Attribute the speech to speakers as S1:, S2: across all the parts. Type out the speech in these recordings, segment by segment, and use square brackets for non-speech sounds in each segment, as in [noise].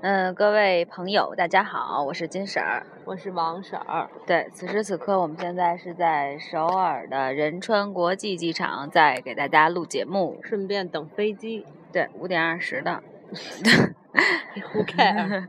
S1: 嗯，各位朋友，大家好，我是金婶儿。
S2: 我是王婶儿，
S1: 对，此时此刻，我们现在是在首尔的仁川国际机场，在给大家录节目。
S2: 顺便等飞机。 [laughs]
S1: 对，五点二十的。
S2: Who care？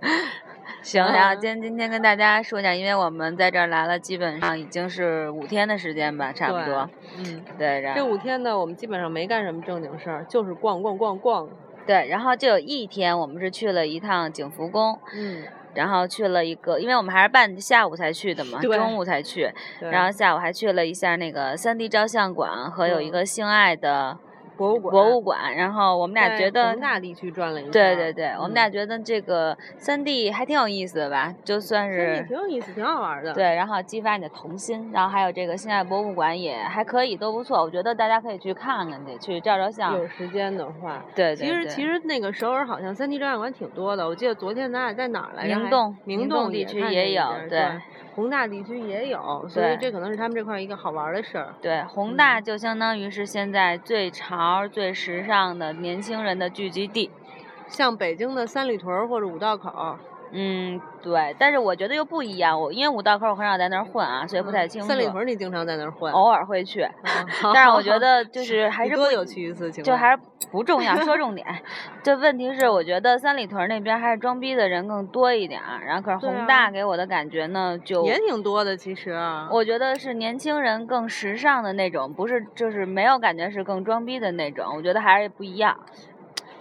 S1: 行，然后
S2: 嗯
S1: 今今天跟大家说一下，因为我们在这儿来了，基本上已经是五天的时间吧，差不多。
S2: 嗯，
S1: 对，然
S2: 这
S1: 后
S2: 五天呢，我们基本上没干什么正经事儿，就是逛逛逛逛。
S1: 对，然后就有一天我们是去了一趟景福宫，
S2: 嗯，
S1: 然后去了一个，因为我们还是半下午才去的嘛，
S2: 对
S1: 中午才去，
S2: 对
S1: 然后下午还去了一下那个三 D 照相馆和有一
S2: 嗯
S1: 个性爱的
S2: 博物馆，
S1: 博物馆，然后我们俩
S2: 在
S1: 觉得
S2: 宏大地区转了一圈
S1: 对
S2: 儿。
S1: 对对，我们
S2: 嗯
S1: 俩觉得这个三 D 还挺有意思的吧，就算
S2: 真的
S1: 是
S2: 挺有意思，挺好玩儿的。
S1: 对，然后激发你的童心，然后还有这个现代博物馆也还可以，都不错，我觉得大家可以去看看去，去照照相。
S2: 有时间的话，
S1: 对对
S2: 其实其
S1: 实
S2: 实那个首尔好像三 D 照相馆挺多的，我记得昨天咱俩在哪儿来着？
S1: 明
S2: 还
S1: 洞明
S2: 明
S1: 洞
S2: 洞
S1: 地
S2: 也
S1: 区
S2: 看
S1: 也
S2: 见一
S1: 有
S2: 点儿
S1: 对
S2: 对，宏大地区也有，所以
S1: 对
S2: 这可能是他们这块儿一个好玩儿的事儿。
S1: 对宏大
S2: 嗯
S1: 就相当于是现在最潮、最时尚的年轻人的聚集地。
S2: 像北京的三里屯儿或者五道口儿，
S1: 嗯，对，但是我觉得又不一样。我因为五道口我很少在那儿混啊，所以不太清楚。
S2: 嗯三里屯儿你经常在那儿混，
S1: 偶尔会去，
S2: 啊
S1: 但是我觉得就是还
S2: 你
S1: 是
S2: 多
S1: 不
S2: 有趣一次，请
S1: 就
S2: 问
S1: 还是不重要，说
S2: [laughs]
S1: 重点。这问题是，我觉得三里屯那边还是装逼的人更多一点儿，然后可是
S2: 对
S1: 宏
S2: 啊
S1: 大给我的感觉呢，就
S2: 也挺多的，其实啊
S1: 我觉得是年轻人更时尚的那种，不是就是没有感觉是更装逼的那种，我觉得还是不一样。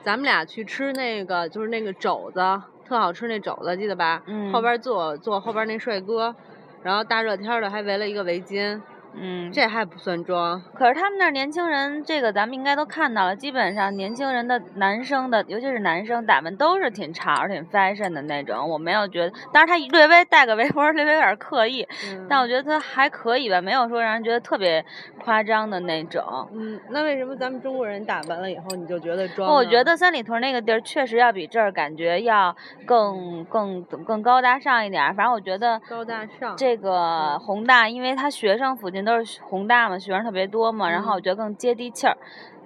S2: 咱们俩去吃那个就是那个肘子，特好吃那肘子，记得吧？
S1: 嗯
S2: 后边坐坐后边那帅哥，然后大热天儿的还围了一个围巾，
S1: 嗯，
S2: 这还不算
S1: [laughs]
S2: 装。
S1: 可是他们那儿年轻人，这个咱们应该都看到了，基本上年轻人的男生的，尤其是男生打扮都是挺潮、挺 fashion 的那种。我没有觉得，当然他略微带个围脖儿，略微有点儿刻意，但我觉得他还可以吧，没有说让人觉得特别夸张的那种。
S2: 嗯，那为什么咱们中国人打扮了以后你就觉得装呢？
S1: 哦我觉得三里屯那个地儿确实要比这儿感觉要更更更高大上一点儿。反正我觉得
S2: 高大上。
S1: 这个
S2: 嗯
S1: 宏大，因为它学生附近都是宏大嘛，学生特别多嘛，然后我
S2: 嗯
S1: 觉得更接地气儿。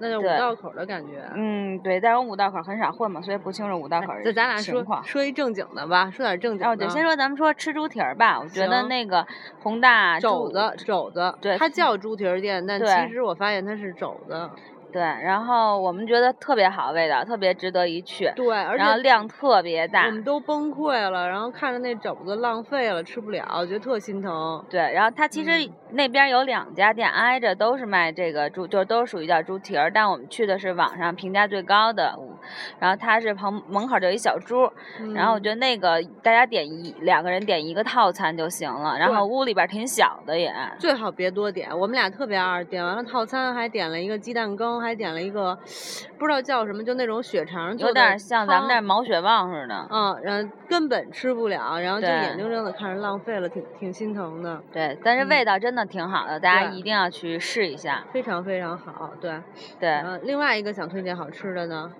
S2: 那就五
S1: 对
S2: 道口的感觉。
S1: 嗯，对，但是我五道口很少混嘛，所以不清楚五道口
S2: 这咱俩
S1: 情
S2: 说
S1: 况。
S2: 说一正经的吧，说点正经的。
S1: 哦，对，先说咱们说吃猪蹄儿吧，我觉得
S2: 行
S1: 那个宏大
S2: 肘
S1: 猪
S2: 子，肘子，
S1: 对
S2: 它叫猪蹄儿店，但
S1: 对
S2: 其实我发现它是肘子。
S1: 对，然后我们觉得特别好，味道特别值得一去。
S2: 对，而
S1: 然后
S2: 且嗯
S1: 量特别
S2: 我
S1: 大
S2: 们。都崩溃了，然后看着那肘子浪费了，吃不了，我觉得特心疼。
S1: 对，然后它其实
S2: 嗯
S1: 那边有两家店挨着，都是卖这个猪，就都是属于叫猪蹄儿，但我们去的是网上评价最高的，嗯然后它是旁门口就有一小猪，然后我觉得
S2: 得，
S1: 那个大家点一两个人点一个套餐就行了，然
S2: 对
S1: 后屋里边儿挺小的也，
S2: 最好别多点，我们俩特别二，点完了套餐还点了一个鸡蛋羹，还点了一个不知道叫什么，就那种血肠做
S1: 有
S2: 的
S1: 点像咱们这
S2: 汤
S1: 儿毛血旺似的。
S2: 嗯，然后根本吃不了，然后就
S1: 对
S2: 眼睁睁的看着浪费了，挺挺心疼的，
S1: 对，但是
S2: 嗯
S1: 味道真的挺好的，大家
S2: 对嗯
S1: 一定要去试一下。
S2: 非常非常好。对，
S1: 对
S2: 然，后另外一个想推荐好吃的呢，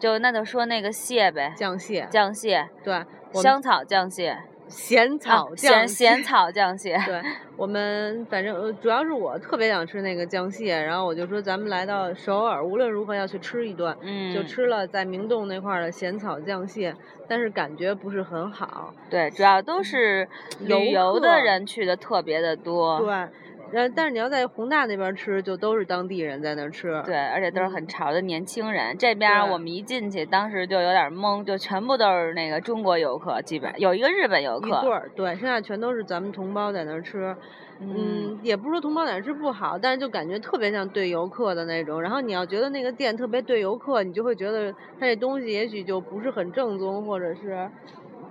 S1: 就那就说那个蟹呗，
S2: 酱蟹，
S1: 酱蟹、
S2: 对，我们
S1: 香草酱蟹、
S2: 咸
S1: 啊
S2: 草酱
S1: 咸
S2: 蟹。
S1: 咸草酱蟹。
S2: 对我们反正呃主要是我特别想吃那个酱蟹，然后我就说咱们来到首尔，无论如何要去吃一顿，
S1: 嗯，
S2: 就吃了在明洞那块儿的咸草酱蟹，但是感觉不是很好。
S1: 对，主要都是
S2: 嗯游
S1: 旅游的
S2: 客
S1: 人去的特别的多，
S2: 对，然后但是你要在宏大那边吃，就都是当地人在那儿吃。
S1: 对，而且都是很
S2: 嗯
S1: 潮的年轻人。这边儿
S2: 对
S1: 我们一进去，当时就有点懵，就全部都是那个中国游客，基本有一个日本游
S2: 一对
S1: 客。
S2: 儿，对，剩下全都是咱们同胞在那儿吃，
S1: 嗯，
S2: 嗯，也不是说同胞在那儿吃不好，但是就感觉特别像对游客的那种。然后你要觉得那个店特别对游客，你就会觉得它这东西也许就不是很正宗，或者是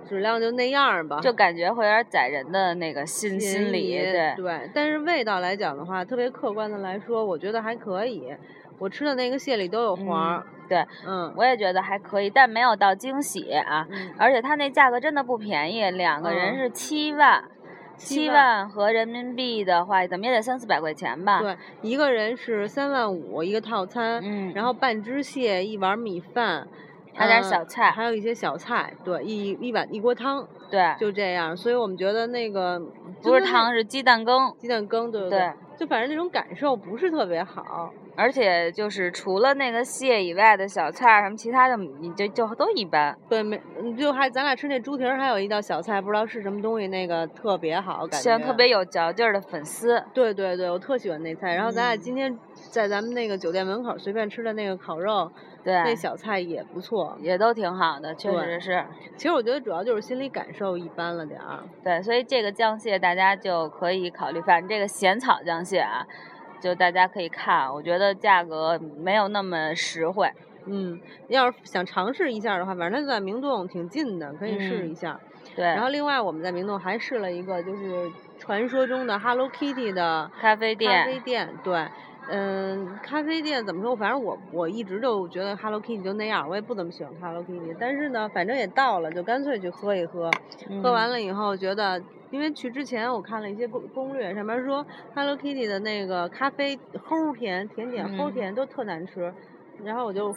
S2: 质量就那样儿吧。
S1: 就感觉会有点宰人的那个心心理，
S2: 宜
S1: 对，
S2: 但是味道来讲的话，特别客观的来说，我觉得还可以。我吃的那个蟹里都有黄儿，
S1: 对，
S2: 嗯，
S1: 我也觉得还可以，但没有到惊喜啊。
S2: 嗯
S1: 而且它那价格真的不便宜，两个人
S2: 嗯
S1: 是七万，
S2: 七
S1: 七万合人民币的话，怎么也得三四百块钱吧。
S2: 对，一个人是三万五一个套餐，
S1: 嗯，
S2: 然后半只蟹，一碗米饭，
S1: 还有点
S2: 呃
S1: 小菜
S2: 还有一些小菜，对，一一碗一锅汤，
S1: 对，
S2: 就这样。所以我们觉得那个
S1: 不是，
S2: 就跟那
S1: 汤是鸡蛋羹。
S2: 鸡蛋羹，对不
S1: 对
S2: 就反正那种感受不是特别好。
S1: 而且就是除了那个蟹以外的小菜儿什么，其他的你就就都一般。
S2: 对，没，嗯就还咱俩吃那猪蹄儿，还有一道小菜，不知道是什么东西，那个特别好，感觉
S1: 像特别有嚼劲儿的粉丝，
S2: 对对对，我特喜欢那菜。然后咱俩
S1: 嗯
S2: 今天在咱们那个酒店门口随便吃的那个烤肉，那
S1: 对，
S2: 小菜也不错。
S1: 也都挺好的，确
S2: 对
S1: 实是。
S2: 其实我觉得主要就是心理感受一般了点儿。
S1: 对，所以这个酱蟹大家就可以考虑，反正这个咸草酱蟹啊，就大家可以看，啊我觉得价格没有那么实惠。
S2: 嗯，要是想尝试一下的话，反正它在明洞挺近的，可以试
S1: 嗯
S2: 一下。
S1: 对，
S2: 然后另外我们在明洞还试了一个，就是传说中的 Hello Kitty 的
S1: 咖啡
S2: 咖啡
S1: 店，
S2: 店，对。嗯，咖啡店怎么说？反正我我一直就觉得 Hello Kitty 就那样，我也不怎么喜欢 Hello Kitty。但是呢，反正也到了，就干脆去喝一喝。喝完
S1: 嗯
S2: 了以后，觉得因为去之前我看了一些攻攻略，上面说 Hello Kitty 的那个咖啡齁甜，甜点齁
S1: 嗯
S2: 甜都特难吃，然后我就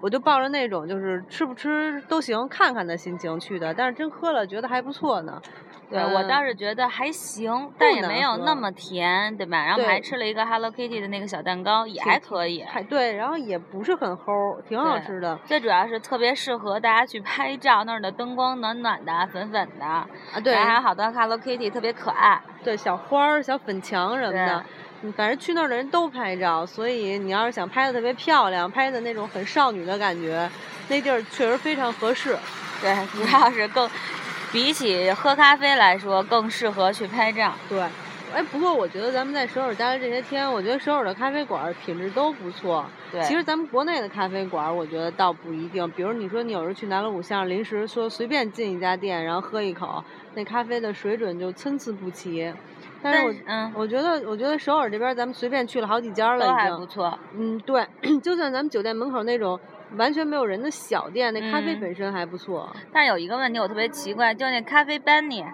S2: 我就抱着那种就是吃不吃都行，看看的心情去的，但是真喝了觉得还不错呢。
S1: 对我
S2: 嗯
S1: 倒是觉得还行，但也
S2: 难
S1: 没有那
S2: 喝
S1: 么甜，对吧？然后我们还
S2: 对
S1: 吃了一个 Hello Kitty 的那个小蛋糕，也
S2: 挺
S1: 还可以。
S2: 还对，然后也不是很齁，挺好
S1: 对
S2: 吃的啊
S1: 最主要是特别适合大家去拍照，那儿的灯光暖暖的、粉粉的，
S2: 啊。对
S1: 然后还有好多 Hello Kitty 特别可爱。
S2: 对，小花儿、小粉墙什么的
S1: 对，
S2: 嗯反正去那儿的人都拍照，所以你要是想拍的特别漂亮，拍的那种很少女的感觉，那地儿确实非常合适。
S1: 对，主要是更比起喝咖啡来说，更适合去拍照。
S2: 对，哎，不过我觉得咱们在首尔待的这些天，我觉得首尔的咖啡馆儿品质都不错。
S1: 对，
S2: 其实咱们国内的咖啡馆儿，我觉得倒不一定。比如你说你有时候去南锣鼓巷，临时说随便进一家店，然后喝一口，那咖啡的水准就参差不齐。但是
S1: 但
S2: 我
S1: 是嗯，
S2: 我觉得，我觉得首尔这边儿咱们随便去了好几家儿了，
S1: 都
S2: 已
S1: 还
S2: 经
S1: 不。错。
S2: 嗯，对， [coughs] 就算咱们酒店门口那种完全没有人的小店，那咖啡
S1: 嗯
S2: 本身还不错。
S1: 但是有一个问题我特别奇怪，就那咖啡班尼，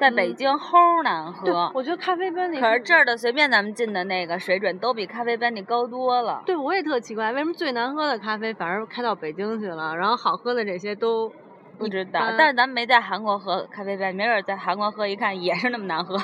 S1: 在北
S2: 嗯
S1: 京齁难喝。
S2: 对，我觉得咖啡班那
S1: 可是这儿的随便咱们进的那个水准都比咖啡班的高多了。
S2: 对我也特奇怪，为什么最难喝的咖啡反而开到北京去了，然后好喝的这些都
S1: 不
S2: 一
S1: 知道，
S2: 般
S1: 但是咱们没在韩国喝咖啡班，没准儿在韩国喝一看也是那么难喝。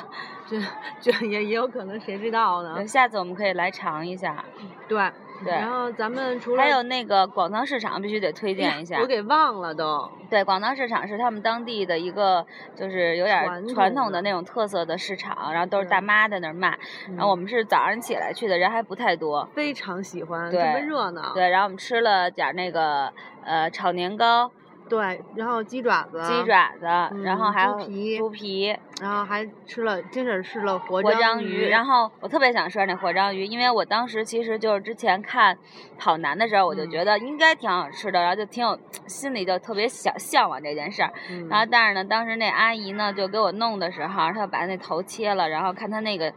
S2: 这这 [laughs] 也也有可能谁知道呢
S1: 对，？下次我们可以来尝一下。
S2: 对，
S1: 对
S2: 啊然后咱们除了
S1: 还有那个广仓市场必须得推
S2: 哎呀
S1: 荐一下
S2: 我。给忘了都。
S1: 对，广仓市场是他们当地的一个，就是有点
S2: 传
S1: 儿传
S2: 统
S1: 统的
S2: 的
S1: 那种特色的市场，然后都是
S2: 对
S1: 大妈在那儿卖。然后我们是早上起来去的，人还不太多。
S2: 嗯非常喜欢，特
S1: 对
S2: 别热闹。
S1: 对，然后我们吃了点儿那个呃炒年糕、
S2: 对，然后鸡爪子，
S1: 鸡，爪子，然后
S2: 啊嗯
S1: 还
S2: 猪
S1: 有
S2: 皮
S1: 猪皮，
S2: 然后还吃了，真是吃了活
S1: 活
S2: 章
S1: 章鱼，然后我特别想吃那活章鱼，因为我当时其实就是之前看《跑男》的时候，我就
S2: 嗯
S1: 觉得应该挺好吃的，然后就挺有心里就特别想向往这件事儿。
S2: 嗯
S1: 然后但是呢，当时那阿姨呢就给我弄的时候，她把那头切了，然后看她那个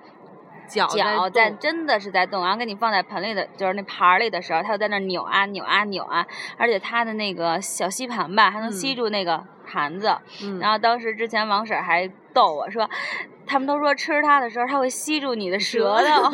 S2: 脚
S1: 脚在
S2: 动
S1: 真的是在动，然后给你放在盆里的，就是那盘儿里的时候，它就在那儿扭啊扭啊扭啊，而且它的那个小吸盘吧，还能吸
S2: 嗯
S1: 住那个盘子。
S2: 嗯
S1: 然后当时之前王婶儿还逗我说，他们都说吃它的时候它会吸住你的舌头， [laughs] 然后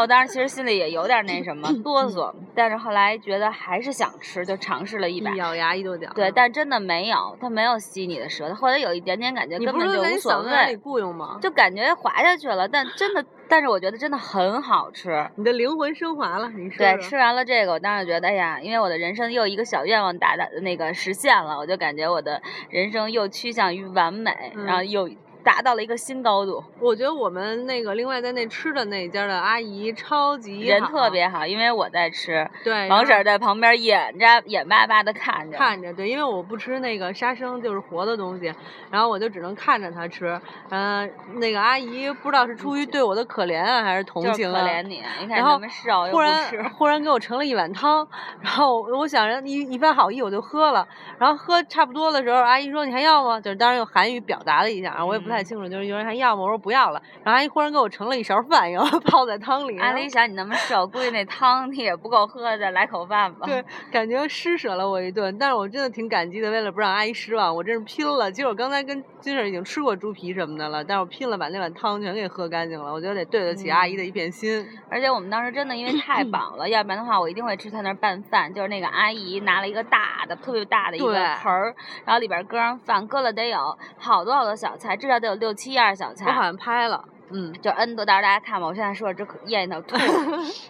S1: 我当时其实心里也有点儿那什么
S2: 嗯
S1: 哆嗦，但是后来觉得还是想吃，就尝试了一把
S2: 一。咬牙一跺脚。
S1: 对，但真的没有，它没有吸你的舌头，或者有一点点感觉，
S2: 你
S1: 根
S2: 不
S1: 本
S2: 是
S1: 就
S2: 在
S1: 无
S2: 你
S1: 所
S2: 嗓子眼里
S1: 谓，
S2: 雇佣吗？
S1: 就感觉滑下去了。但真的，但是我觉得真的很好吃。
S2: 你的灵魂升华了，你说
S1: 对，
S2: 说
S1: 吃完了这个，我当时觉得，哎呀，因为我的人生又一个小愿望达到那个实现了，我就感觉我的人生又趋向于完美，然后
S2: 嗯
S1: 又达到了一个新高度，
S2: 我觉得我们那个另外在那吃的那家的阿姨超级
S1: 人
S2: 好啊
S1: 特别好。因为我在吃，
S2: 对，
S1: 王
S2: 然
S1: 婶
S2: 后
S1: 儿在旁边眼眨眼巴巴的看着，
S2: 看着对，因为我不吃那个杀生，就是活的东西，然后我就只能看着她吃。嗯、那个阿姨不知道是出于对我的可怜啊，还是同
S1: 嗯就是
S2: 情
S1: 可
S2: 啊。
S1: 怜你，你看
S2: 然后
S1: 那么瘦又
S2: 忽
S1: 不
S2: 然
S1: 吃，
S2: 忽然给我盛了一碗汤，然后我想着一一番好意我就喝了，然后喝差不多的时候，阿姨说你还要吗？就是当然用韩语表达了一下，啊，我也不
S1: 嗯
S2: 太清楚，就是有人还要吗？我说不要了，然后阿姨忽然给我盛了一勺饭，然后 [laughs] 泡在汤里，
S1: 阿
S2: 然后
S1: 丽想你那么瘦，估计那汤你也不够喝的，来口饭吧。
S2: 对，感觉施舍了我一顿，但是我真的挺感激的。为了不让阿姨失望，我真是拼了。其实我刚才跟金婶已经吃过猪皮什么的了，但是我拼了把那碗汤全给喝干净了。我觉得得对得起阿姨
S1: 嗯
S2: 的一片心。
S1: 而且我们当时真的因为太
S2: 嗯
S1: 饱了，要不然的话我一定会吃他那儿拌饭。就是那个阿姨拿了一个大的、特别大的一个
S2: 对
S1: 盆儿，然后里边搁上饭，搁了得有好多好多小菜，至少得有六七样小
S2: 我好
S1: 菜。
S2: 像拍了，嗯
S1: 就 N 多，到时候大家看吧，我现在说着这咽
S2: [laughs]
S1: 到吐，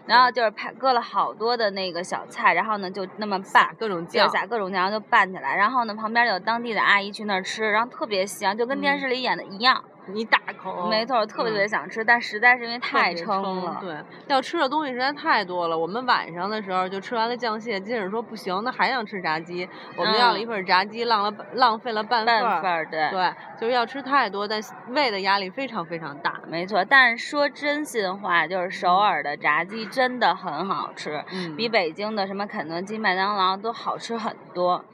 S1: 然后就是拍搁了好多的那个小菜，然后呢就那么拌，
S2: 各种酱
S1: 就，撒各种酱然后就拌起来，然后呢旁边就有当地的阿姨去那儿吃，然后特别香，就跟电
S2: 嗯哦
S1: 视里演的一样，
S2: 一大口，
S1: 没错，特别特别想吃，但实在是因为太撑了，
S2: 对，要吃的东西实在太多了。我们晚上的时候就吃完了酱蟹，金婶说不行，那还想吃炸鸡，我们要了一份炸鸡，浪了半浪费了半份
S1: 嗯半份
S2: 儿。
S1: 儿对。
S2: 对，就是要吃太多，但胃的压力非常非常大。
S1: 没错，但是说真心话，就是首尔的炸鸡真的很好吃，
S2: 嗯，
S1: 比北京的什么肯德基、麦当劳都好吃很多。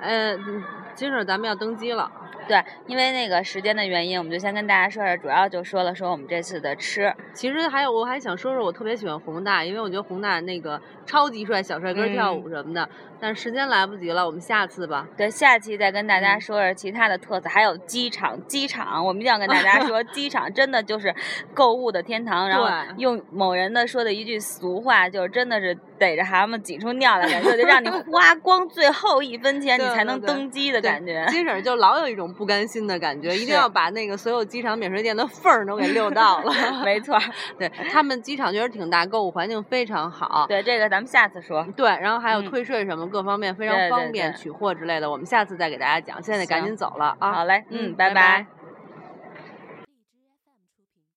S2: 呃，嗯金婶咱们要登机了。
S1: 对，因为那个时间的原因，我们就先跟大家说说，主要就说了说我们这次的吃。
S2: 其实还有，我还想说说，我特别喜欢宏大，因为我觉得宏大那个超级帅，小帅哥跳舞什么的。但是时间来不及了，我们下次 [laughs] 吧。
S1: 对，下期再跟大家
S2: 嗯
S1: 说说其他的特色，还有机场，机场我们一定要跟大家
S2: [laughs]
S1: 说，机场真的就是购物的天堂。然后
S2: 对
S1: 用某人的说的一句俗话，就是真的是逮着蛤蟆挤出尿来，感觉就让你花光最后一分钱，你
S2: 对
S1: 才
S2: 对
S1: 能
S2: 对
S1: 登机的
S2: 对
S1: 感觉。
S2: 金婶就老有一种不甘心的感觉，一
S1: 是
S2: 定要把那个所有机场免税店的缝儿都给溜到了。
S1: [laughs] 没错儿，
S2: [laughs] 对他们机场确实挺大，购物环境非常好。
S1: 对这个咱们下次说。
S2: 对，然后还有
S1: 嗯
S2: 退税什么各方面非
S1: 对
S2: 常
S1: 对
S2: 方便，
S1: 对
S2: 取货之类的，我们下次再给大家讲。现在得赶
S1: 行
S2: 紧走了啊！
S1: 好嘞，嗯，拜拜
S2: 拜